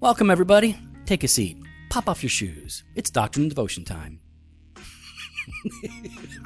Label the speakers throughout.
Speaker 1: Welcome, everybody. Take a seat. Pop off your shoes. It's Doctrine and Devotion time.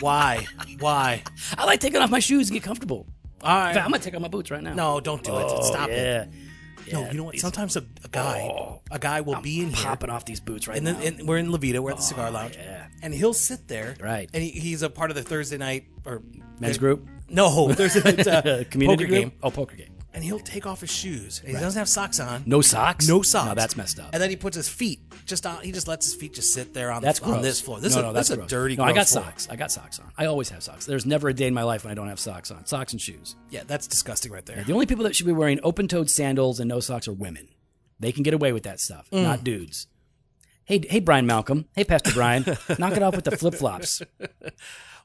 Speaker 2: Why? Why?
Speaker 1: I like taking off my shoes and get comfortable.
Speaker 2: All
Speaker 1: In
Speaker 2: right.
Speaker 1: fact, I'm going to take off my boots right now.
Speaker 2: no, don't do it. Stop it.
Speaker 1: Oh, yeah. Oh.
Speaker 2: No, you know what? Sometimes a, a guy, a guy will be in here,
Speaker 1: Popping off these boots right
Speaker 2: and
Speaker 1: now.
Speaker 2: then and we're in Levita, we're at the cigar lounge,
Speaker 1: yeah.
Speaker 2: and he'll sit there,
Speaker 1: Right.
Speaker 2: And he, he's a part of the Thursday night or
Speaker 1: Men's group?
Speaker 2: No, there's a it's a
Speaker 1: Community
Speaker 2: poker
Speaker 1: group?
Speaker 2: game,
Speaker 1: Oh, poker game.
Speaker 2: and he'll take off his shoes, and he doesn't have socks on,
Speaker 1: No socks?
Speaker 2: no socks.
Speaker 1: No, that's messed up.
Speaker 2: And then he puts his feet just on. He just lets his feet just sit there on,
Speaker 1: That's
Speaker 2: the, on
Speaker 1: gross.
Speaker 2: this floor. This
Speaker 1: no,
Speaker 2: is a,
Speaker 1: no,
Speaker 2: this
Speaker 1: that's
Speaker 2: is a
Speaker 1: gross.
Speaker 2: dirty.
Speaker 1: No, I got
Speaker 2: gross floor.
Speaker 1: socks. I got socks on. I always have socks. There's never a day in my life when I don't have socks on. Socks and shoes.
Speaker 2: Yeah, that's disgusting right there.
Speaker 1: The only people that should be wearing open-toed sandals and no socks are women. They can get away with that stuff,
Speaker 2: Mm.
Speaker 1: not dudes. Hey, hey, Brian Malcolm. Hey, Pastor Brian. Knock it off with the flip flops.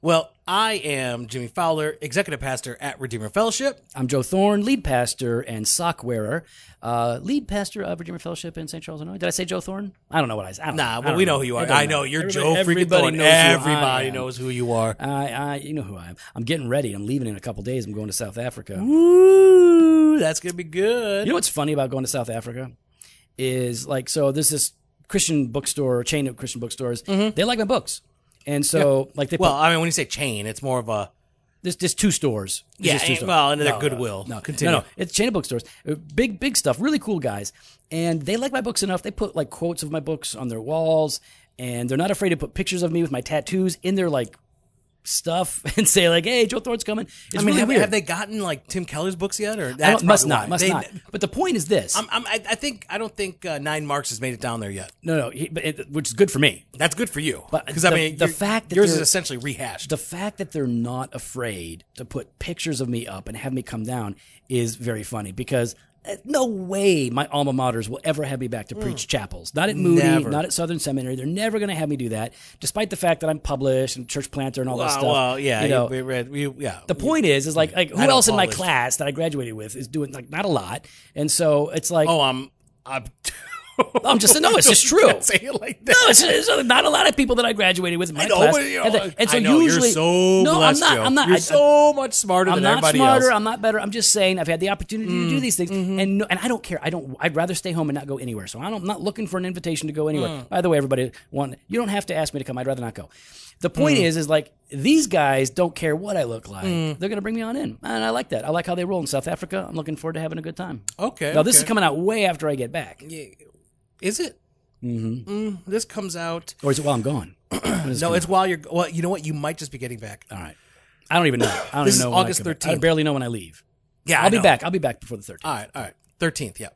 Speaker 2: Well, I am Jimmy Fowler, executive pastor at Redeemer Fellowship. Uh,
Speaker 1: I'm Joe Thorne, lead pastor and sock wearer, uh, lead pastor of Redeemer Fellowship in St. Charles, Illinois. Did I say Joe Thorne? I don't know what I said. I don't- I
Speaker 2: Nah, well,
Speaker 1: don't
Speaker 2: we know who you
Speaker 1: It
Speaker 2: are.
Speaker 1: doesn't
Speaker 2: I know
Speaker 1: matter.
Speaker 2: you're
Speaker 1: Everybody-
Speaker 2: Joe freaking Thorne.
Speaker 1: everybody knows who I
Speaker 2: Everybody
Speaker 1: am.
Speaker 2: knows who you are.
Speaker 1: I, I, you know who I am. I'm getting ready. I'm leaving in a couple days. I'm going to South Africa.
Speaker 2: Ooh, that's gonna be good.
Speaker 1: You know what's funny about going to South Africa is like so there's this Christian bookstore chain of Christian bookstores. They like my books, and so like they
Speaker 2: Mm-hmm. well,
Speaker 1: put,
Speaker 2: I mean, when you say chain, it's more of a
Speaker 1: there's just two stores. There's
Speaker 2: Yeah,
Speaker 1: just two
Speaker 2: eh, well, and they're
Speaker 1: No,
Speaker 2: Goodwill.
Speaker 1: No, no,
Speaker 2: Uh, Continue.
Speaker 1: No, no, it's a chain of bookstores. Uh, Big big stuff. Really cool guys, and they like my books enough. They put like quotes of my books on their walls, and they're not afraid to put pictures of me with my tattoos in their like stuff and say like, "Hey, Joe Thorne's coming." It's
Speaker 2: I mean,
Speaker 1: really
Speaker 2: have,
Speaker 1: weird.
Speaker 2: have they gotten like Tim Keller's books yet? Or
Speaker 1: I
Speaker 2: that's
Speaker 1: don't- must
Speaker 2: probably
Speaker 1: not,
Speaker 2: why.
Speaker 1: must
Speaker 2: They-
Speaker 1: not. But the point is this.
Speaker 2: I'm, I'm, I I think I don't think uh, Nine Marks has made it down there yet.
Speaker 1: no, no, he, but it, which is good for me.
Speaker 2: That's good for you,
Speaker 1: But
Speaker 2: because I
Speaker 1: the-
Speaker 2: mean,
Speaker 1: the
Speaker 2: your-
Speaker 1: fact that
Speaker 2: yours is
Speaker 1: they're-
Speaker 2: essentially rehashed.
Speaker 1: the fact that they're not afraid to put pictures of me up and have me come down is very funny because uh, no way my alma maters will ever have me back to preach chapels. Not at Moody,
Speaker 2: Hmm. Never.
Speaker 1: not at Southern Seminary. They're never going to have me do that, despite the fact that I'm published and church planter and all that
Speaker 2: Well,
Speaker 1: stuff.
Speaker 2: well, yeah,
Speaker 1: You know,
Speaker 2: we read, we, yeah.
Speaker 1: the point is, is like, like who
Speaker 2: don't
Speaker 1: else in my
Speaker 2: publish.
Speaker 1: class that I graduated with is doing like not a lot, and so it's like,
Speaker 2: oh, I'm, I'm,
Speaker 1: I'm just no, it's just true.
Speaker 2: Can't say it like
Speaker 1: No,
Speaker 2: that.
Speaker 1: it's, it's not a lot of people that I graduated with in my
Speaker 2: know,
Speaker 1: class.
Speaker 2: but, you know,
Speaker 1: and, the- and so
Speaker 2: I know,
Speaker 1: usually,
Speaker 2: you're so
Speaker 1: no,
Speaker 2: blessed,
Speaker 1: I'm not.
Speaker 2: Joe.
Speaker 1: I'm not.
Speaker 2: You're
Speaker 1: I-
Speaker 2: so much smarter
Speaker 1: I'm
Speaker 2: than
Speaker 1: not
Speaker 2: everybody
Speaker 1: smarter.
Speaker 2: else. Mm. Mm-hmm.
Speaker 1: I'm not better. I'm just saying I've had the opportunity to do these things, and no, and I don't care. I don't. I'd rather stay home and not go anywhere. So I don't, I'm not looking for an invitation to go anywhere.
Speaker 2: Mm.
Speaker 1: By the way, everybody, one, you don't have to ask me to come. I'd rather not go. The point
Speaker 2: Mm.
Speaker 1: is, is like these guys don't care what I look like. They're gonna bring me on in, and I like that. I like how they roll in South Africa. I'm looking forward to having a good time.
Speaker 2: okay.
Speaker 1: Now this
Speaker 2: okay.
Speaker 1: is coming out way after I get back,
Speaker 2: Is it? Mm-hmm. this comes out.
Speaker 1: or is it while I'm gone?
Speaker 2: No, it's while you're. Well, you know what? You might just be getting back.
Speaker 1: All right. I don't even know. I don't even
Speaker 2: This is
Speaker 1: know. when I
Speaker 2: August
Speaker 1: come back. I
Speaker 2: 13th.
Speaker 1: barely know when I leave.
Speaker 2: Yeah,
Speaker 1: I'll
Speaker 2: I
Speaker 1: be
Speaker 2: know.
Speaker 1: back. I'll be back before the 13th.
Speaker 2: All right, all right. Thirteenth. Yeah.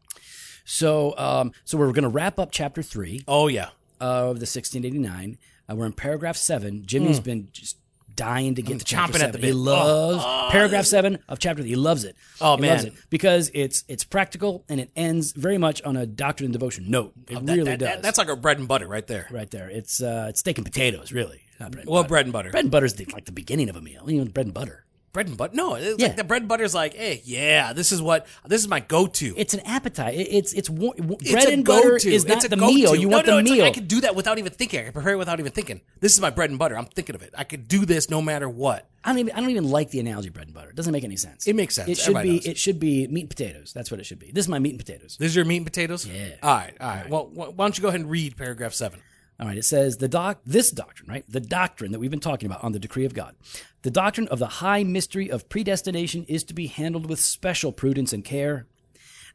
Speaker 1: So, um, so we're going to wrap up chapter three
Speaker 2: Oh yeah.
Speaker 1: of the 1689. Uh, we're in paragraph seven. Jimmy's been just dying to get to chapter
Speaker 2: Hmm. chomping at the
Speaker 1: seven. He
Speaker 2: bit.
Speaker 1: loves paragraph seven of chapter. Three. He loves it.
Speaker 2: Oh,
Speaker 1: He
Speaker 2: man.
Speaker 1: loves it because it's it's practical and it ends very much on a doctrine and devotion note. It
Speaker 2: Oh, That-
Speaker 1: really
Speaker 2: that-
Speaker 1: does.
Speaker 2: that- that's like our bread and butter right there.
Speaker 1: right there. It's uh, it's steak and potatoes, really. Not bread and
Speaker 2: Well,
Speaker 1: butter.
Speaker 2: bread and butter.
Speaker 1: bread and butter's the, like the beginning of a meal. You know, bread and butter.
Speaker 2: bread and butter. No, it's
Speaker 1: Yeah.
Speaker 2: like the bread and butter is like, hey, yeah, this is what this is my go-to.
Speaker 1: It's an appetite. It- It's it's, wa- w
Speaker 2: It's
Speaker 1: bread
Speaker 2: a
Speaker 1: and butter
Speaker 2: go-to.
Speaker 1: is not
Speaker 2: It's a
Speaker 1: the
Speaker 2: go-to.
Speaker 1: meal. You
Speaker 2: no,
Speaker 1: want
Speaker 2: no,
Speaker 1: the
Speaker 2: it's like,
Speaker 1: meal.
Speaker 2: I could do that without even thinking. I could prepare it without even thinking. This is my bread and butter. I'm thinking of it. I could do this no matter what.
Speaker 1: I don't even I don't even like the analogy bread and butter. It doesn't make any sense.
Speaker 2: It makes sense.
Speaker 1: It should
Speaker 2: Everybody
Speaker 1: be
Speaker 2: knows.
Speaker 1: it should be meat and potatoes. That's what it should be. This is my meat and potatoes.
Speaker 2: This is your meat and potatoes.
Speaker 1: Yeah.
Speaker 2: All right. All right. Well, wh- why don't you go ahead and read paragraph seven?
Speaker 1: All right, it says the doc this doctrine, right? The doctrine that we've been talking about on the decree of God. The doctrine of the high mystery of predestination is to be handled with special prudence and care.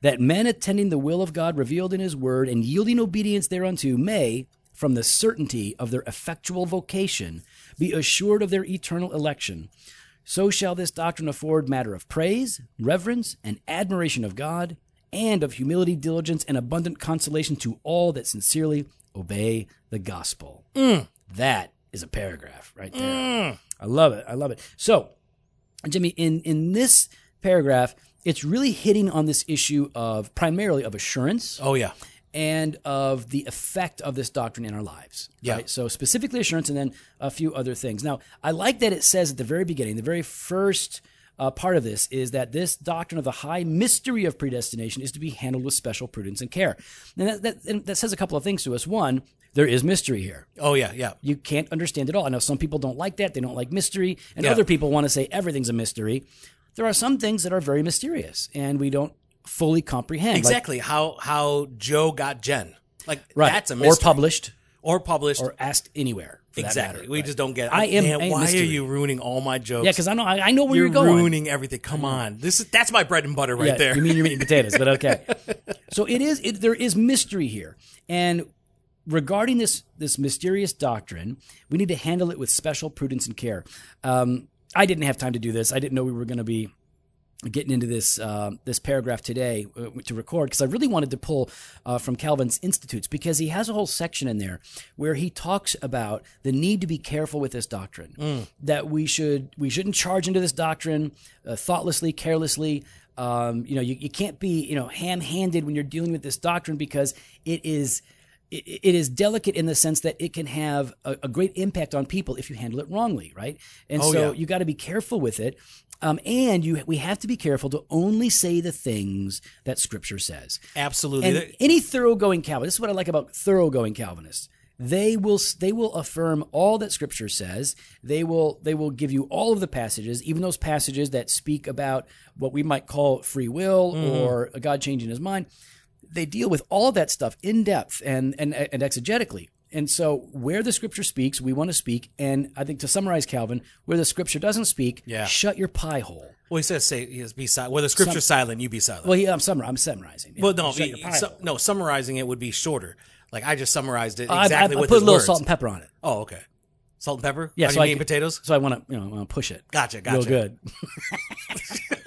Speaker 1: That men attending the will of God revealed in his word and yielding obedience thereunto may, from the certainty of their effectual vocation, be assured of their eternal election. So shall this doctrine afford matter of praise, reverence, and admiration of God, and of humility, diligence, and abundant consolation to all that sincerely obey the gospel. That is a paragraph right there. I love it. I love it. So, Jimmy, in in this paragraph, it's really hitting on this issue of primarily of assurance
Speaker 2: Oh yeah.
Speaker 1: and of the effect of this doctrine in our lives.
Speaker 2: Yeah.
Speaker 1: Right? So specifically assurance, and then a few other things. Now, I like that it says at the very beginning, the very first uh, part of this is that this doctrine of the high mystery of predestination is to be handled with special prudence and care. And that, that, and that says a couple of things to us. One, there is mystery here.
Speaker 2: Oh yeah. Yeah.
Speaker 1: You can't understand it all. I know some people don't like that. They don't like mystery, and
Speaker 2: Yeah.
Speaker 1: other people want to say everything's a mystery. There are some things that are very mysterious, and we don't fully comprehend. Like,
Speaker 2: Exactly how how Joe got Jen. Like
Speaker 1: right.
Speaker 2: that's a
Speaker 1: or
Speaker 2: mystery.
Speaker 1: published
Speaker 2: or published.
Speaker 1: or asked anywhere. for that
Speaker 2: exactly.
Speaker 1: matter,
Speaker 2: we
Speaker 1: right.
Speaker 2: just don't get. It.
Speaker 1: I am
Speaker 2: Man,
Speaker 1: a
Speaker 2: why
Speaker 1: mystery.
Speaker 2: are you ruining all my jokes?
Speaker 1: yeah, because I know I, I know where you're,
Speaker 2: you're
Speaker 1: going. Mm-hmm.
Speaker 2: ruining everything. Come on, this is that's my bread and butter right
Speaker 1: yeah,
Speaker 2: there.
Speaker 1: You mean your meat and potatoes, but okay. So it is. It, there is mystery here, and regarding this this mysterious doctrine, we need to handle it with special prudence and care. Um, I didn't have time to do this. I didn't know we were going to be getting into this uh, this paragraph today uh, to record because I really wanted to pull uh, from Calvin's Institutes because he has a whole section in there where he talks about the need to be careful with this doctrine that we should we shouldn't charge into this doctrine uh, thoughtlessly carelessly um, you know you, you can't be you know ham handed when you're dealing with this doctrine because it is it, it is delicate in the sense that it can have a, a great impact on people if you handle it wrongly, right? And so
Speaker 2: yeah.
Speaker 1: you got to be careful with it. Um, and you, we have to be careful to only say the things that Scripture says.
Speaker 2: Absolutely.
Speaker 1: And
Speaker 2: There-
Speaker 1: any thoroughgoing Calvinist, this is what I like about thoroughgoing Calvinists. They will they will affirm all that Scripture says. They will they will give you all of the passages, even those passages that speak about what we might call free will
Speaker 2: Mm-hmm.
Speaker 1: or God changing His mind. They deal with all of that stuff in depth and and and exegetically. And so, where the Scripture speaks, we want to speak. And I think to summarize Calvin, where the Scripture doesn't speak,
Speaker 2: Yeah.
Speaker 1: shut your pie hole.
Speaker 2: well, he says say he says, be silent. Well, the scripture's silent. You be silent.
Speaker 1: Well, yeah, I'm summar- I'm summarizing.
Speaker 2: Well, no,
Speaker 1: shut
Speaker 2: y-
Speaker 1: your pie
Speaker 2: su-
Speaker 1: hole.
Speaker 2: no. Summarizing it would be shorter. Like I just summarized it
Speaker 1: I- I-
Speaker 2: exactly
Speaker 1: I,
Speaker 2: with
Speaker 1: put a
Speaker 2: his
Speaker 1: little
Speaker 2: words.
Speaker 1: salt and pepper on it.
Speaker 2: oh, okay. Salt and pepper.
Speaker 1: Yeah,
Speaker 2: Onion,
Speaker 1: so I
Speaker 2: meat,
Speaker 1: can-
Speaker 2: potatoes.
Speaker 1: So I want to, you know, I want to push it.
Speaker 2: Gotcha. Gotcha.
Speaker 1: Real good.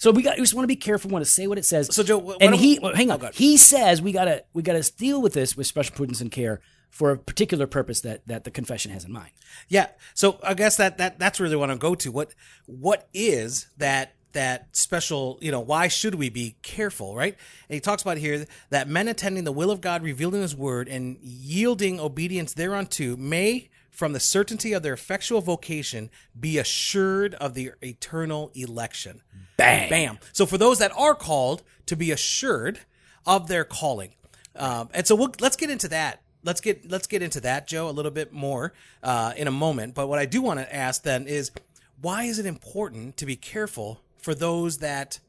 Speaker 1: so we got. We just want to be careful. Want to say what it says.
Speaker 2: So, Joe, wh- why
Speaker 1: and
Speaker 2: don't-
Speaker 1: he well, hang
Speaker 2: Oh,
Speaker 1: on.
Speaker 2: go ahead.
Speaker 1: he says we gotta we gotta deal with this with special prudence and care for a particular purpose that that the confession has in mind.
Speaker 2: Yeah. So I guess that that that's really what I'm go to. What what is that that special, you know, why should we be careful, right? And he talks about here that men attending the will of God revealed in his word and yielding obedience thereunto may from the certainty of their effectual vocation be assured of the eternal election. Bam. Bam. So for those that are called to be assured of their calling. Um, and so we'll, let's get into that. Let's get let's get into that, Joe, a little bit more uh, in a moment. But what I do want to ask then is, why is it important to be careful for those that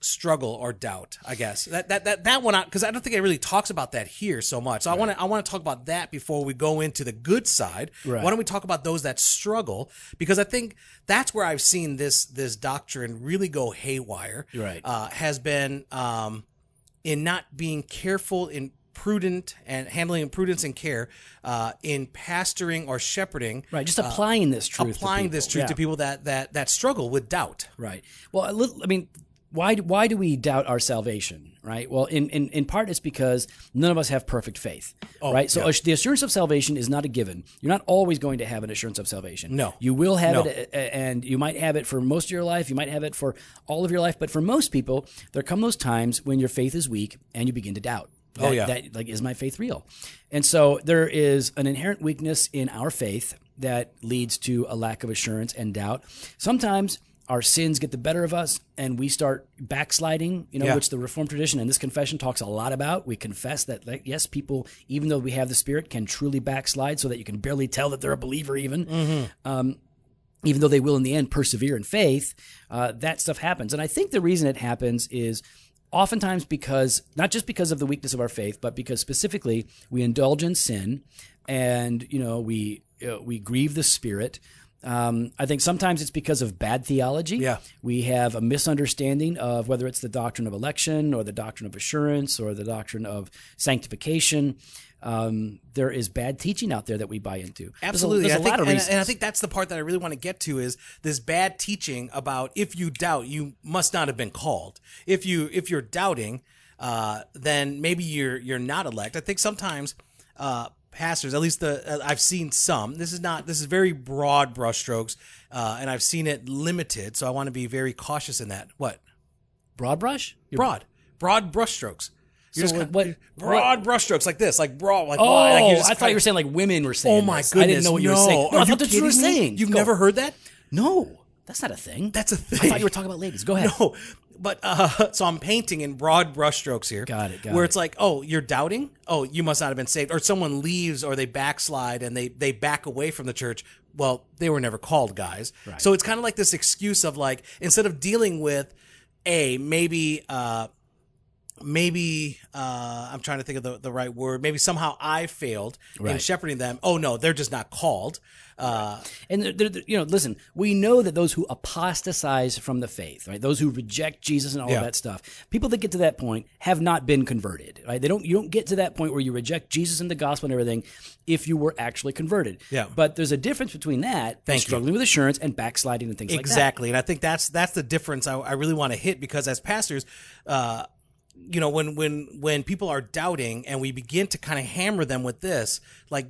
Speaker 2: struggle or doubt? I guess that that that that one because I don't think it really talks about that here so much. So I want to I want to talk about that before we go into the good side.
Speaker 1: Right.
Speaker 2: Why don't we talk about those that struggle? Because I think that's where I've seen this this doctrine really go haywire
Speaker 1: Right.
Speaker 2: uh, has been um, in not being careful in prudent and handling prudence and care uh, in pastoring or shepherding
Speaker 1: Right. Just applying this truth. to
Speaker 2: Uh, applying this
Speaker 1: people.
Speaker 2: truth
Speaker 1: Yeah.
Speaker 2: to people that that that struggle with doubt
Speaker 1: Right. Well, a little, I mean, why do- why do we doubt our salvation? Right. Well, in in, in part, it's because none of us have perfect faith. right. So ass- the assurance of salvation is not a given. You're not always going to have an assurance of salvation.
Speaker 2: No.
Speaker 1: You will have
Speaker 2: No.
Speaker 1: it, a- a- and you might have it for most of your life. You might have it for all of your life. But for most people, there come those times when your faith is weak and you begin to doubt.
Speaker 2: Oh,
Speaker 1: That-
Speaker 2: yeah.
Speaker 1: That like is my faith real? And so there is an inherent weakness in our faith that leads to a lack of assurance and doubt. Sometimes our sins get the better of us and we start backsliding, you know,
Speaker 2: Yeah.
Speaker 1: which the reformed tradition and this confession talks a lot about. We confess that like yes, people even though we have the spirit can truly backslide so that you can barely tell that they're a believer even
Speaker 2: Mm.
Speaker 1: even though they will in the end persevere in faith, uh, that stuff happens. And I think the reason it happens is oftentimes because, not just because of the weakness of our faith, but because specifically we indulge in sin and, you know, we, uh, we grieve the spirit. Um, I think sometimes it's because of bad theology.
Speaker 2: Yeah.
Speaker 1: We have a misunderstanding of whether it's the doctrine of election or the doctrine of assurance or the doctrine of sanctification. Um, there is bad teaching out there that we buy into. There's a-
Speaker 2: absolutely
Speaker 1: There's a,
Speaker 2: I think-
Speaker 1: lot of
Speaker 2: and-
Speaker 1: reasons.
Speaker 2: and i think that's the part that i really want to get to is this bad teaching about if you doubt you must not have been called if you if you're doubting uh, then maybe you're you're not elect i think sometimes uh, pastors at least the uh, i've seen some this is not this is very broad brushstrokes uh, and i've seen it limited so i want to be very cautious in that what
Speaker 1: Broad brush? You're
Speaker 2: broad broad brushstrokes You're
Speaker 1: So
Speaker 2: just kind-
Speaker 1: what-
Speaker 2: broad brushstrokes like this like broad like
Speaker 1: Oh,
Speaker 2: like you're just
Speaker 1: I thought
Speaker 2: kind
Speaker 1: you
Speaker 2: of-
Speaker 1: were saying like women were saying.
Speaker 2: Oh my
Speaker 1: this.
Speaker 2: goodness!
Speaker 1: I didn't know what you
Speaker 2: no.
Speaker 1: were saying. No,
Speaker 2: Are
Speaker 1: I thought
Speaker 2: you
Speaker 1: that's what you were
Speaker 2: kidding me?
Speaker 1: saying.
Speaker 2: You've
Speaker 1: Go.
Speaker 2: never heard that?
Speaker 1: No, that's not a thing.
Speaker 2: That's a thing.
Speaker 1: I thought you were talking about ladies. Go ahead.
Speaker 2: No, but uh, so I'm painting in broad brushstrokes here.
Speaker 1: Got it, got
Speaker 2: where
Speaker 1: it.
Speaker 2: it's like, oh, you're doubting. Oh, you must not have been saved, or someone leaves, or they backslide and they they back away from the church. well, they were never called guys.
Speaker 1: Right.
Speaker 2: So it's kind of like this excuse of like instead of dealing with a maybe uh maybe uh I'm trying to think of the, the right word, maybe somehow I failed in
Speaker 1: Right.
Speaker 2: shepherding them. Oh no, they're just not called. Uh
Speaker 1: And they're, they're- you know, listen, we know that those who apostatize from the faith, right, those who reject Jesus and all
Speaker 2: Yeah.
Speaker 1: of that stuff, people that get to that point have not been converted, right? They don't, you don't get to that point where you reject Jesus and the gospel and everything if you were actually converted.
Speaker 2: Yeah.
Speaker 1: But there's a difference between that, and
Speaker 2: Thank you.
Speaker 1: struggling with assurance, and backsliding and things like that.
Speaker 2: exactly and i think that's that's the difference i, I really want to hit because as pastors uh you know when when when people are doubting and we begin to kind of hammer them with this like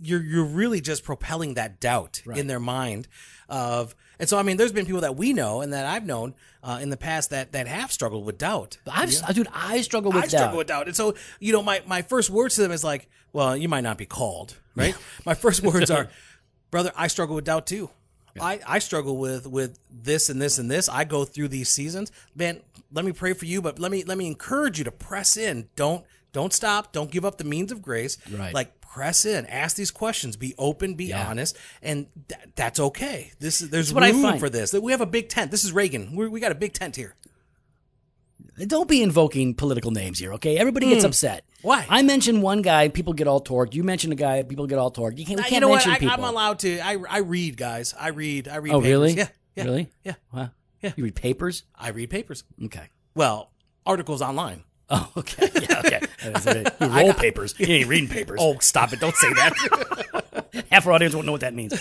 Speaker 2: you're you're really just propelling that doubt in their mind of and so i mean there's been people that we know and that i've known uh, in the past that that have struggled with doubt
Speaker 1: I've, Dude, I struggle with
Speaker 2: I
Speaker 1: doubt.
Speaker 2: struggle with doubt. And so, you know, my, my first words to them is like, well, you might not be called, right? my first words are, brother, I struggle with doubt too. I, I struggle with with this and this and this. I go through these seasons. Man, let me pray for you, but let me let me encourage you to press in. Don't don't stop. Don't give up the means of grace.
Speaker 1: Right.
Speaker 2: Like press in. Ask these questions. Be open. Be honest. And th- that's okay. This is there's
Speaker 1: what I
Speaker 2: room
Speaker 1: find.
Speaker 2: for this. We have a big tent. This is Reagan. we we got a big tent here.
Speaker 1: Don't be invoking political names here, okay? Everybody gets upset.
Speaker 2: Hmm. Why?
Speaker 1: I mention one guy, people get all torqued. You mention a guy, people get all torqued. You can't, we
Speaker 2: Uh,
Speaker 1: can't
Speaker 2: you know what?
Speaker 1: mention
Speaker 2: I,
Speaker 1: people.
Speaker 2: I'm allowed to. I, I read, guys. I read. I read.
Speaker 1: oh,
Speaker 2: papers.
Speaker 1: really?
Speaker 2: Yeah. Yeah.
Speaker 1: Really?
Speaker 2: Yeah.
Speaker 1: Wow.
Speaker 2: Yeah.
Speaker 1: You read papers?
Speaker 2: I read papers.
Speaker 1: Okay.
Speaker 2: Well, articles online.
Speaker 1: Oh, okay. Yeah, okay. That is it. You roll papers. You ain't reading papers.
Speaker 2: Oh, stop it! Don't say that.
Speaker 1: Half our audience won't know what that means.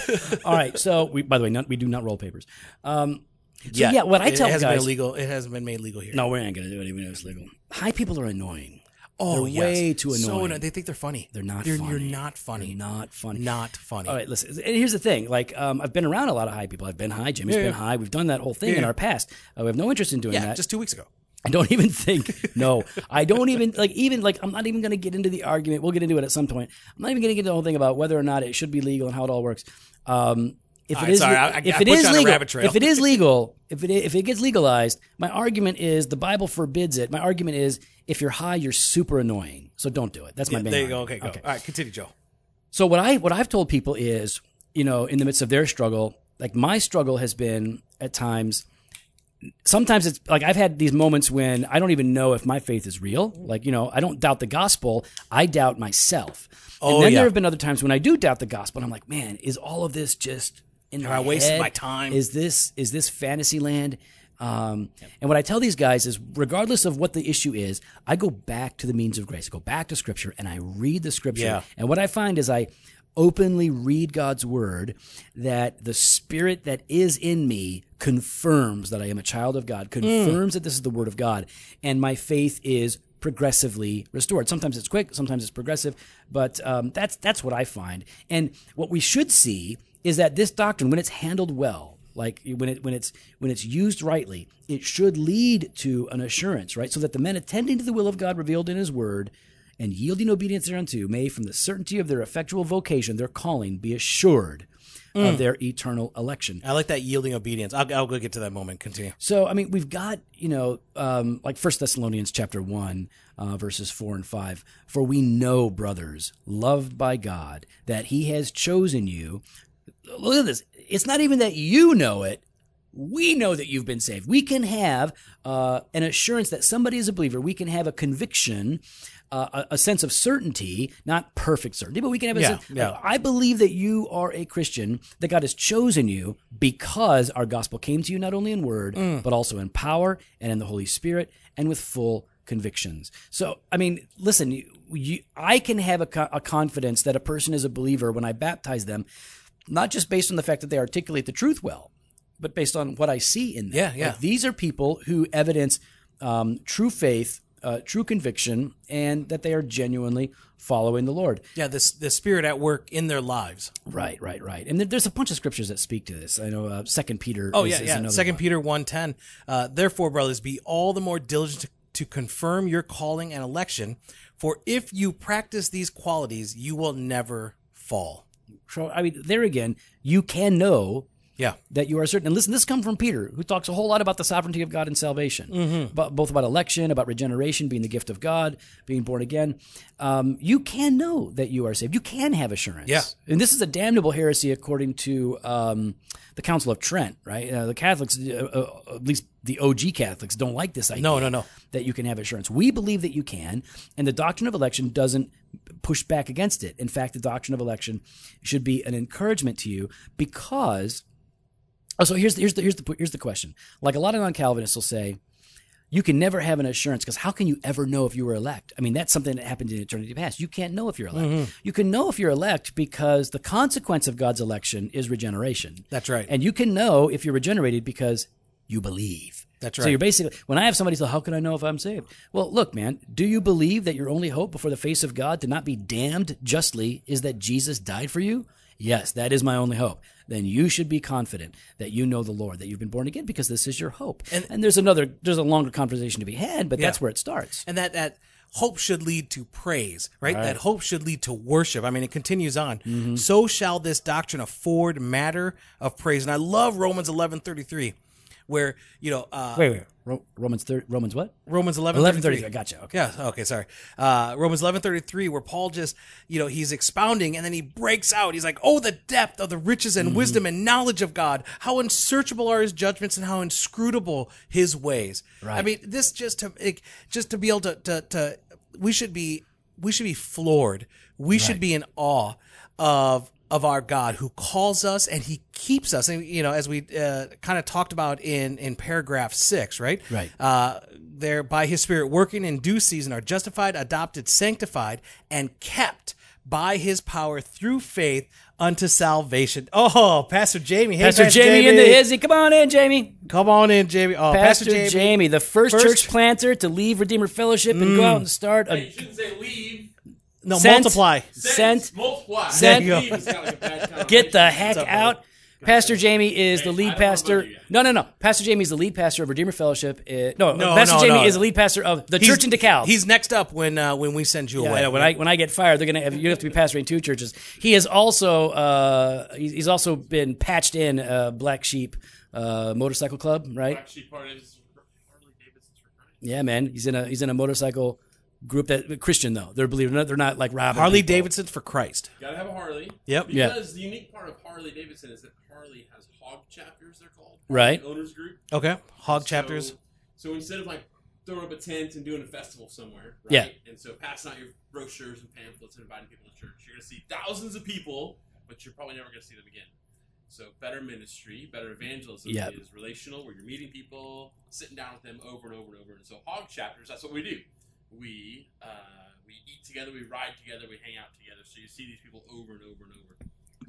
Speaker 1: All right. So, we, by the way, not, we do not roll papers. Um, so, yeah. what I
Speaker 2: it,
Speaker 1: tell
Speaker 2: it hasn't
Speaker 1: guys.
Speaker 2: been legal. It hasn't been made legal here.
Speaker 1: no, we ain't going to do it even if it's legal. High people are annoying.
Speaker 2: oh,
Speaker 1: they're
Speaker 2: yes.
Speaker 1: way too
Speaker 2: So
Speaker 1: annoying.
Speaker 2: anno- they think they're funny.
Speaker 1: They're not
Speaker 2: You're,
Speaker 1: funny.
Speaker 2: you're not funny.
Speaker 1: Not funny. Oh,
Speaker 2: Not funny.
Speaker 1: All right, listen. And here's the thing. Like, um, I've been around a lot of high people. I've been high. Jimmy's been high. We've done that whole thing in our past. Uh, we have no interest in doing
Speaker 2: yeah,
Speaker 1: that.
Speaker 2: just two weeks ago.
Speaker 1: I don't even think. No, I don't even like. Even like, I'm not even going to get into the argument. We'll get into it at some point. I'm not even going to get into the whole thing about whether or not it should be legal and how it all works. Um, if
Speaker 2: All
Speaker 1: it
Speaker 2: right,
Speaker 1: is,
Speaker 2: sorry,
Speaker 1: le-
Speaker 2: I- I-
Speaker 1: if
Speaker 2: I
Speaker 1: it
Speaker 2: put you
Speaker 1: is
Speaker 2: on a
Speaker 1: legal,
Speaker 2: rabbit trail.
Speaker 1: if it is legal, if it if it gets legalized, my argument is the Bible forbids it. My argument is if you're high, you're super annoying, so don't do it. That's my main.
Speaker 2: There you go. Okay,
Speaker 1: argument.
Speaker 2: go. All right, continue, Joe.
Speaker 1: So what I what I've told people is, you know, in the midst of their struggle, like my struggle has been at times sometimes it's like I've had these moments when I don't even know if my faith is real. Like, you know, I don't doubt the gospel, I doubt myself.
Speaker 2: Oh,
Speaker 1: and then
Speaker 2: yeah.
Speaker 1: there have been other times when I do doubt the gospel and I'm like, man, is all of this just in my
Speaker 2: I wasted
Speaker 1: head?
Speaker 2: my time?
Speaker 1: Is this is this fantasy land? Um, And what I tell these guys is, regardless of what the issue is, I go back to the means of grace, I go back to Scripture, and I read the Scripture.
Speaker 2: Yeah.
Speaker 1: And what I find is I openly read God's word that the spirit that is in me confirms that I am a child of God, confirms that this is the word of God, and my faith is progressively restored. Sometimes it's quick, sometimes it's progressive, but um, that's that's what I find. And what we should see is that this doctrine, when it's handled well, like when it when it's when it's used rightly, it should lead to an assurance, right? So that the men attending to the will of God revealed in His Word and yielding obedience thereunto may, from the certainty of their effectual vocation, their calling, be assured of their eternal election.
Speaker 2: I like that yielding obedience. I'll, I'll go get to that moment. Continue.
Speaker 1: So, I mean, we've got you know, um, like First Thessalonians chapter one, uh, verses four and five. For we know, brothers, loved by God, that He has chosen you. Look at this. It's not even that you know it. We know that you've been saved. We can have uh, an assurance that somebody is a believer. We can have a conviction, uh, a, a sense of certainty, not perfect certainty, but we can have a
Speaker 2: Yeah,
Speaker 1: sense.
Speaker 2: yeah.
Speaker 1: I believe that you are a Christian, that God has chosen you because our gospel came to you not only in word,
Speaker 2: Mm.
Speaker 1: but also in power and in the Holy Spirit and with full convictions. So, I mean, listen, you, you, I can have a, co- a confidence that a person is a believer when I baptize them, not just based on the fact that they articulate the truth well, but based on what I see in them.
Speaker 2: Yeah, yeah.
Speaker 1: Like, these are people who evidence um, true faith. Uh, true conviction, and that they are genuinely following the Lord.
Speaker 2: Yeah, this the spirit at work in their lives.
Speaker 1: Right, right, right. And there- there's a bunch of scriptures that speak to this. I know uh, Second Peter.
Speaker 2: Oh
Speaker 1: is,
Speaker 2: yeah,
Speaker 1: is
Speaker 2: yeah.
Speaker 1: another
Speaker 2: Second
Speaker 1: one.
Speaker 2: Peter one ten. Uh, Therefore, brothers, be all the more diligent to, to confirm your calling and election, for if you practice these qualities, you will never fall.
Speaker 1: So, I mean, there again, you can know
Speaker 2: Yeah.
Speaker 1: that you are certain. And listen, this comes from Peter, who talks a whole lot about the sovereignty of God and salvation,
Speaker 2: Mm-hmm.
Speaker 1: but both about election, about regeneration, being the gift of God, being born again. Um, you can know that you are saved. You can have assurance.
Speaker 2: Yeah.
Speaker 1: And this is a damnable heresy according to um, the Council of Trent, right? Uh, the Catholics, uh, uh, at least the OG Catholics, don't like this idea
Speaker 2: No, no, no.
Speaker 1: that you can have assurance. We believe that you can, and the doctrine of election doesn't push back against it. In fact, the doctrine of election should be an encouragement to you because. Oh, so here's the, here's the here's the here's the question. Like a lot of non-Calvinists will say, you can never have an assurance because how can you ever know if you were elect? I mean, that's something that happened in eternity past. You can't know if you're elect.
Speaker 2: Mm-hmm.
Speaker 1: You can know if you're elect because the consequence of God's election is regeneration.
Speaker 2: That's right.
Speaker 1: And you can know if you're regenerated because you believe.
Speaker 2: That's
Speaker 1: So
Speaker 2: right.
Speaker 1: you're basically when I have somebody say, "How can I know if I'm saved?" Well, look, man, do you believe that your only hope before the face of God to not be damned justly is that Jesus died for you? Yes, that is my only hope. Then you should be confident that you know the Lord, that you've been born again, because this is your hope. And, there's another, there's a longer conversation to be had, but that's
Speaker 2: Yeah.
Speaker 1: where it starts.
Speaker 2: and that that hope should lead to praise right? that hope should lead to worship i mean it continues on
Speaker 1: Mm-hmm.
Speaker 2: so shall this doctrine afford matter of praise and i love romans eleven thirty three, where you know uh
Speaker 1: Wait, wait, Ro- Romans, thir- Romans, what?
Speaker 2: romans eleven
Speaker 1: Eleven
Speaker 2: thirty
Speaker 1: thirty.
Speaker 2: three.
Speaker 1: I gotcha. Okay.
Speaker 2: Yeah. Okay. Sorry. Uh, Romans eleven thirty three, where Paul just, you know, he's expounding and then he breaks out. He's like, "Oh, the depth of the riches
Speaker 1: Mm-hmm.
Speaker 2: and wisdom and knowledge of God! How unsearchable are His judgments and how inscrutable His ways!" Right. I mean, this just to it, just to be able to, to to we should be we should be floored. We should be in awe of of our God who calls us and he keeps us. And, you know, as we uh, kind of talked about in, in paragraph six, right?
Speaker 1: Right.
Speaker 2: Uh, there by his spirit working in due season are justified, adopted, sanctified, and kept by his power through faith unto salvation. Oh, Pastor Jamie. Hey,
Speaker 1: Pastor, Jamie, in the hizzy. Come on in, Jamie.
Speaker 2: Come on in, Jamie. Oh,
Speaker 1: Pastor,
Speaker 2: Pastor,
Speaker 1: Jamie, the first, church planter to leave Redeemer Fellowship and go out and start a
Speaker 3: You shouldn't say leave.
Speaker 2: No,
Speaker 1: Sent-
Speaker 2: multiply.
Speaker 1: Sent.
Speaker 3: Multiply.
Speaker 1: Sent.
Speaker 3: Leave is kinda like a bad connotation.
Speaker 1: Get the heck
Speaker 2: up,
Speaker 1: out. Pastor Jamie is the
Speaker 3: I
Speaker 1: lead
Speaker 3: don't know about
Speaker 1: pastor.
Speaker 3: you yet.
Speaker 1: No, no, no. Pastor Jamie is the lead pastor of Redeemer Fellowship. uh, no,
Speaker 2: No,
Speaker 1: Pastor
Speaker 2: no,
Speaker 1: Jamie
Speaker 2: no.
Speaker 1: is the lead pastor of the church in DeKalb.
Speaker 2: He's next up when uh, when we send you away.
Speaker 1: Yeah, when I when I get fired, they're gonna have, you have to be pastoring two churches. He is also uh, he's he's also been patched in uh, Black Sheep uh, Motorcycle Club, right?
Speaker 3: Actually, part is Harley Davidson's regret.
Speaker 1: Yeah, man. He's in a he's in a motorcycle group that Christian though. They're believe it or not, they're not like robbing
Speaker 2: Harley
Speaker 1: people.
Speaker 2: Davidson for Christ.
Speaker 3: Gotta have a Harley.
Speaker 2: Yep.
Speaker 1: Yeah.
Speaker 3: Because the unique part of Harley Davidson is that Harley has hog chapters, they're called.
Speaker 1: Right.
Speaker 3: the Owners group.
Speaker 2: Okay. Hog
Speaker 3: So-
Speaker 2: chapters.
Speaker 3: So, instead of like throwing up a tent and doing a festival somewhere, right?
Speaker 1: Yeah.
Speaker 3: And so passing out your brochures and pamphlets and inviting people to church, you're gonna see thousands of people, but you're probably never gonna see them again. So better ministry, better evangelism
Speaker 1: Yeah.
Speaker 3: is relational, where you're meeting people, sitting down with them over and over and over. And so hog chapters, that's what we do. We uh, we eat together, we ride together, we hang out together. So you see these people over and over and over.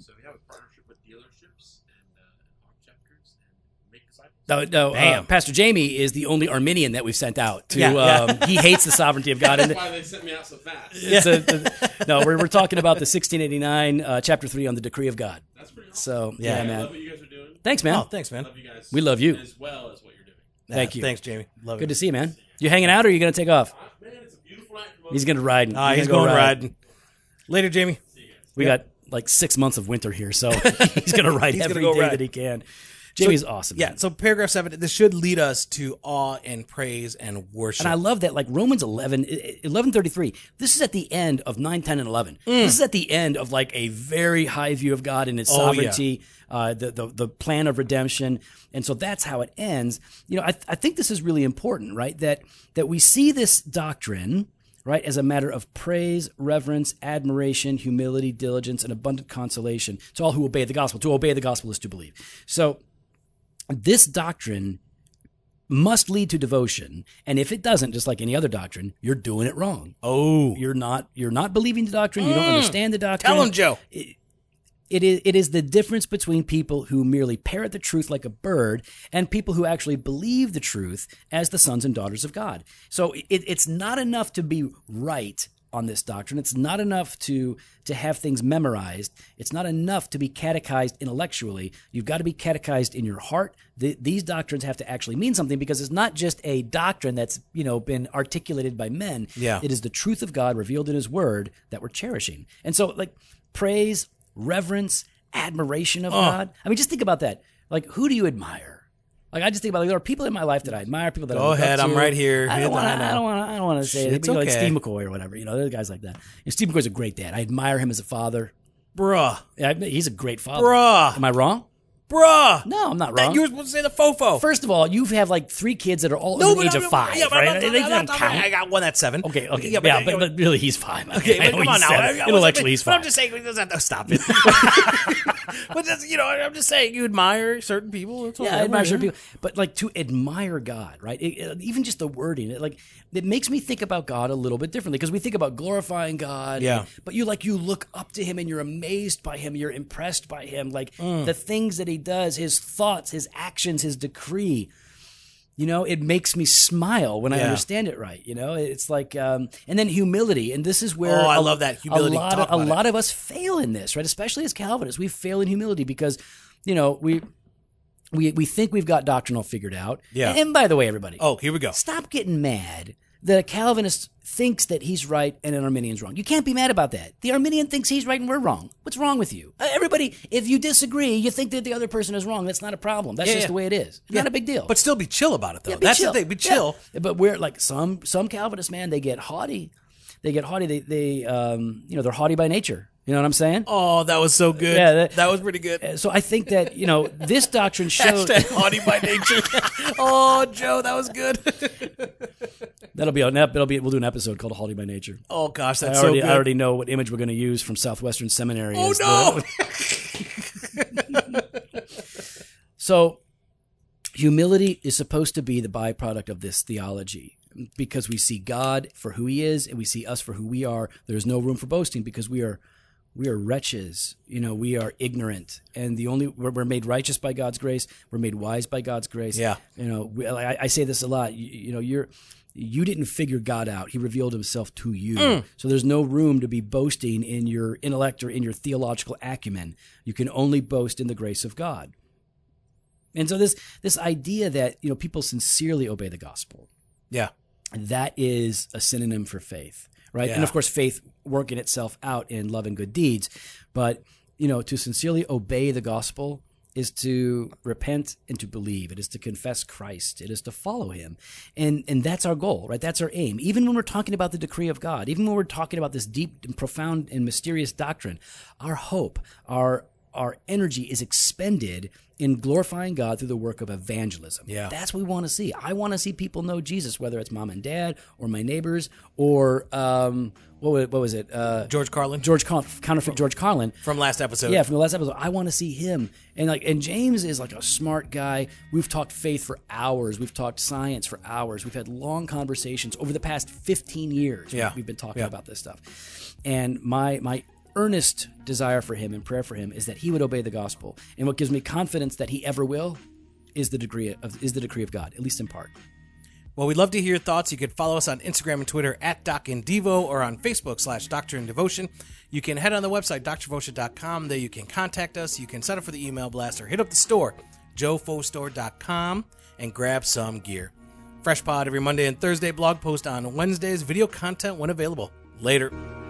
Speaker 3: So we have a partnership with dealerships and uh, hog chapters and make disciples.
Speaker 1: No, no. Uh,
Speaker 2: Bam.
Speaker 1: Pastor Jamie is the only Arminian that we've sent out to.
Speaker 2: Yeah, yeah.
Speaker 1: Um, he hates the sovereignty of God, and
Speaker 3: That's why they sent me out so fast.
Speaker 1: it's a- the- no, we're, we're talking about the 1689 uh, chapter three on the decree of God.
Speaker 3: That's pretty awesome.
Speaker 1: So yeah,
Speaker 2: Yeah.
Speaker 3: I
Speaker 1: man.
Speaker 3: love what you guys are doing.
Speaker 1: Thanks, man.
Speaker 2: Oh, thanks, man.
Speaker 3: Love you guys.
Speaker 1: We love you.
Speaker 3: as well as what you're doing.
Speaker 1: Thank you.
Speaker 2: Thanks, Jamie. Love
Speaker 1: Good to
Speaker 2: you.
Speaker 1: see you, man. You hanging out or are you gonna take off?
Speaker 3: Ah, Man, it's a beautiful night. for
Speaker 1: He's
Speaker 3: most
Speaker 1: gonna ride.
Speaker 2: Ah, he's
Speaker 1: gonna go
Speaker 2: going riding. Later, Jamie.
Speaker 3: of you guys.
Speaker 1: We got like six months of winter here, so he's gonna ride
Speaker 2: He's gonna
Speaker 1: every day
Speaker 2: go ride.
Speaker 1: that he can. Jamie's awesome.
Speaker 2: Yeah.
Speaker 1: man.
Speaker 2: So paragraph seven, this should lead us to awe and praise and worship.
Speaker 1: And I love that, like Romans 11, 1133, this is at the end of 9, 10, and 11.
Speaker 2: Mm.
Speaker 1: This is at the end of like a very high view of God and his
Speaker 2: Oh, yeah.
Speaker 1: sovereignty, uh, the, the, the plan of redemption. And so that's how it ends. You know, I, I think this is really important, right? That, that we see this doctrine, right, as a matter of praise, reverence, admiration, humility, diligence, and abundant consolation to all who obey the gospel. To obey the gospel is to believe. So this doctrine must lead to devotion and if it doesn't just like any other doctrine you're doing it wrong
Speaker 2: oh,
Speaker 1: you're not you're not believing the doctrine you don't understand the doctrine
Speaker 2: Mm. tell him, Joe.
Speaker 1: it is it is the difference between people who merely parrot the truth like a bird and people who actually believe the truth as the sons and daughters of God. So it, it's not enough to be right on this doctrine. It's not enough to to have things memorized. It's not enough to be catechized intellectually. You've got to be catechized in your heart. Th these doctrines have to actually mean something because it's not just a doctrine that's you know been articulated by men.
Speaker 2: Yeah.
Speaker 1: It is the truth of God revealed in His Word that we're cherishing. And so, like, praise, reverence, admiration of
Speaker 2: Ugh.
Speaker 1: God. I mean, just think about that. Like, who do you admire? Like, I just think about like there are people in my life that I admire, people that I
Speaker 2: Go
Speaker 1: look up
Speaker 2: ahead, I'm
Speaker 1: to.
Speaker 2: right here.
Speaker 1: I
Speaker 2: Hit
Speaker 1: don't
Speaker 2: the
Speaker 1: want
Speaker 2: line
Speaker 1: to. I
Speaker 2: up.
Speaker 1: don't want to. I don't want to say
Speaker 2: Shit's
Speaker 1: it. You know, Like
Speaker 2: okay.
Speaker 1: Steve McCoy or whatever. You know, there are guys like that. And Steve McCoy's a great dad. I admire him as a father.
Speaker 2: Bruh.
Speaker 1: Yeah, I- he's a great father.
Speaker 2: Bruh.
Speaker 1: Am I wrong?
Speaker 2: Bruh.
Speaker 1: No, I'm not
Speaker 2: That
Speaker 1: wrong.
Speaker 2: you were supposed to say the fofo.
Speaker 1: First of all, you have like three kids that are all
Speaker 2: No,
Speaker 1: over
Speaker 2: but
Speaker 1: the age
Speaker 2: I'm-
Speaker 1: of five,
Speaker 2: yeah, but I'm
Speaker 1: right?
Speaker 2: not-
Speaker 1: They-
Speaker 2: I'm
Speaker 1: they
Speaker 2: not
Speaker 1: don't
Speaker 2: talking-
Speaker 1: count.
Speaker 2: I got one at seven.
Speaker 1: Okay, okay,
Speaker 2: Yeah,
Speaker 1: yeah,
Speaker 2: but-
Speaker 1: but, but, really, he's five.
Speaker 2: Okay,
Speaker 1: I
Speaker 2: but
Speaker 1: know
Speaker 2: come on
Speaker 1: he's
Speaker 2: now.
Speaker 1: seven.
Speaker 2: I- I wasn't-
Speaker 1: Intellectually, he's
Speaker 2: But
Speaker 1: five.
Speaker 2: I'm just saying, that's not- oh, stop it. but that's, you know, I'm just saying, you admire certain people. That's
Speaker 1: yeah,
Speaker 2: all.
Speaker 1: I admire certain
Speaker 2: Yeah.
Speaker 1: people, but like to admire God, right? It- it- even just the wording, it, like it makes me think about God a little bit differently because we think about glorifying God,
Speaker 2: Yeah.
Speaker 1: But you like you look up to Him and you're amazed by Him, you're impressed by Him, like
Speaker 2: Mm.
Speaker 1: the things that He does, His thoughts, His actions, His decree. You know, it makes me smile when I
Speaker 2: Yeah.
Speaker 1: understand it right. You know, it's like, um, and then humility, and this is where
Speaker 2: Oh, I
Speaker 1: a-
Speaker 2: love that. Humility.
Speaker 1: A lot,
Speaker 2: Talk
Speaker 1: of, a
Speaker 2: about it.
Speaker 1: lot of us fail in this, right? Especially as Calvinists, we fail in humility because, you know, we we we think we've got doctrinal figured out.
Speaker 2: Yeah.
Speaker 1: And, and by the way, everybody,
Speaker 2: Oh, here we go.
Speaker 1: stop getting mad that a Calvinist thinks that he's right and an Arminian's wrong. You can't be mad about that. The Arminian thinks he's right and we're wrong. What's wrong with you? Uh, Everybody, if you disagree, you think that the other person is wrong. That's not a problem. That's
Speaker 2: Yeah,
Speaker 1: just
Speaker 2: yeah.
Speaker 1: the way it is. It's Not a big deal.
Speaker 2: But still be chill about it, though.
Speaker 1: Yeah, be
Speaker 2: that's
Speaker 1: chill.
Speaker 2: the thing. Be
Speaker 1: Yeah.
Speaker 2: chill.
Speaker 1: But we're like some some Calvinists, man, they get haughty. They get haughty. They they um you know they're haughty by nature. You know what I'm saying?
Speaker 2: Oh, that was so good.
Speaker 1: Yeah,
Speaker 2: that,
Speaker 1: that-
Speaker 2: was pretty good.
Speaker 1: So I think that you know this doctrine shows
Speaker 2: Oh. Hashtag haughty by nature. oh, Joe, that was good.
Speaker 1: that'll be an ep- that'll be we'll do an episode called haughty by nature.
Speaker 2: Oh gosh,
Speaker 1: I
Speaker 2: that's
Speaker 1: already,
Speaker 2: so good.
Speaker 1: I already know what image we're going to use from Southwestern Seminary.
Speaker 2: oh
Speaker 1: as the-
Speaker 2: no.
Speaker 1: so humility is supposed to be the byproduct of this theology because we see God for who He is and we see us for who we are. There's no room for boasting because we are we are wretches. You know, we are ignorant, and the only we're, we're made righteous by God's grace. We're made wise by God's grace.
Speaker 2: Yeah.
Speaker 1: You know, we, I, I say this a lot. You, you know, you're. You didn't figure God out. He revealed himself to you. So there's no room to be boasting in your intellect or in your theological acumen. You can only boast in the grace of God. And so this this idea that you know people sincerely obey the gospel
Speaker 2: yeah.
Speaker 1: that is a synonym for faith, right?
Speaker 2: Yeah.
Speaker 1: And of course, faith working itself out in love and good deeds, but you know, to sincerely obey the gospel is to repent and to believe. It is to confess Christ. It is to follow Him, and and that's our goal, right? That's our aim. Even when we're talking about the decree of God, even when we're talking about this deep and profound and mysterious doctrine, our hope, our our energy is expended in glorifying God through the work of evangelism.
Speaker 2: Yeah.
Speaker 1: That's what we want to see. I want to see people know Jesus, whether it's mom and dad or my neighbors or um, what, was, what was it? Uh,
Speaker 2: George Carlin
Speaker 1: George Con- counterfeit George Carlin.
Speaker 2: from last episode.
Speaker 1: Yeah, from the last episode, I want to see him. And like, and James is like a smart guy. We've talked faith for hours. We've talked science for hours. We've had long conversations over the past 15 years.
Speaker 2: Yeah.
Speaker 1: We've, we've been talking
Speaker 2: Yeah.
Speaker 1: about this stuff. And my my earnest desire for him and prayer for him is that he would obey the gospel. And what gives me confidence that he ever will is the degree of is the decree of God, at least in part.
Speaker 2: Well, we'd love to hear your thoughts. You can follow us on Instagram and Twitter at Doc and Devo or on Facebook slash Doctor and Devotion. You can head on the website, drvotion.com. There you can contact us. You can sign up for the email blast or hit up the store, joefostore.com, and grab some gear. Fresh pod every Monday and Thursday, blog post on Wednesdays, video content when available. Later.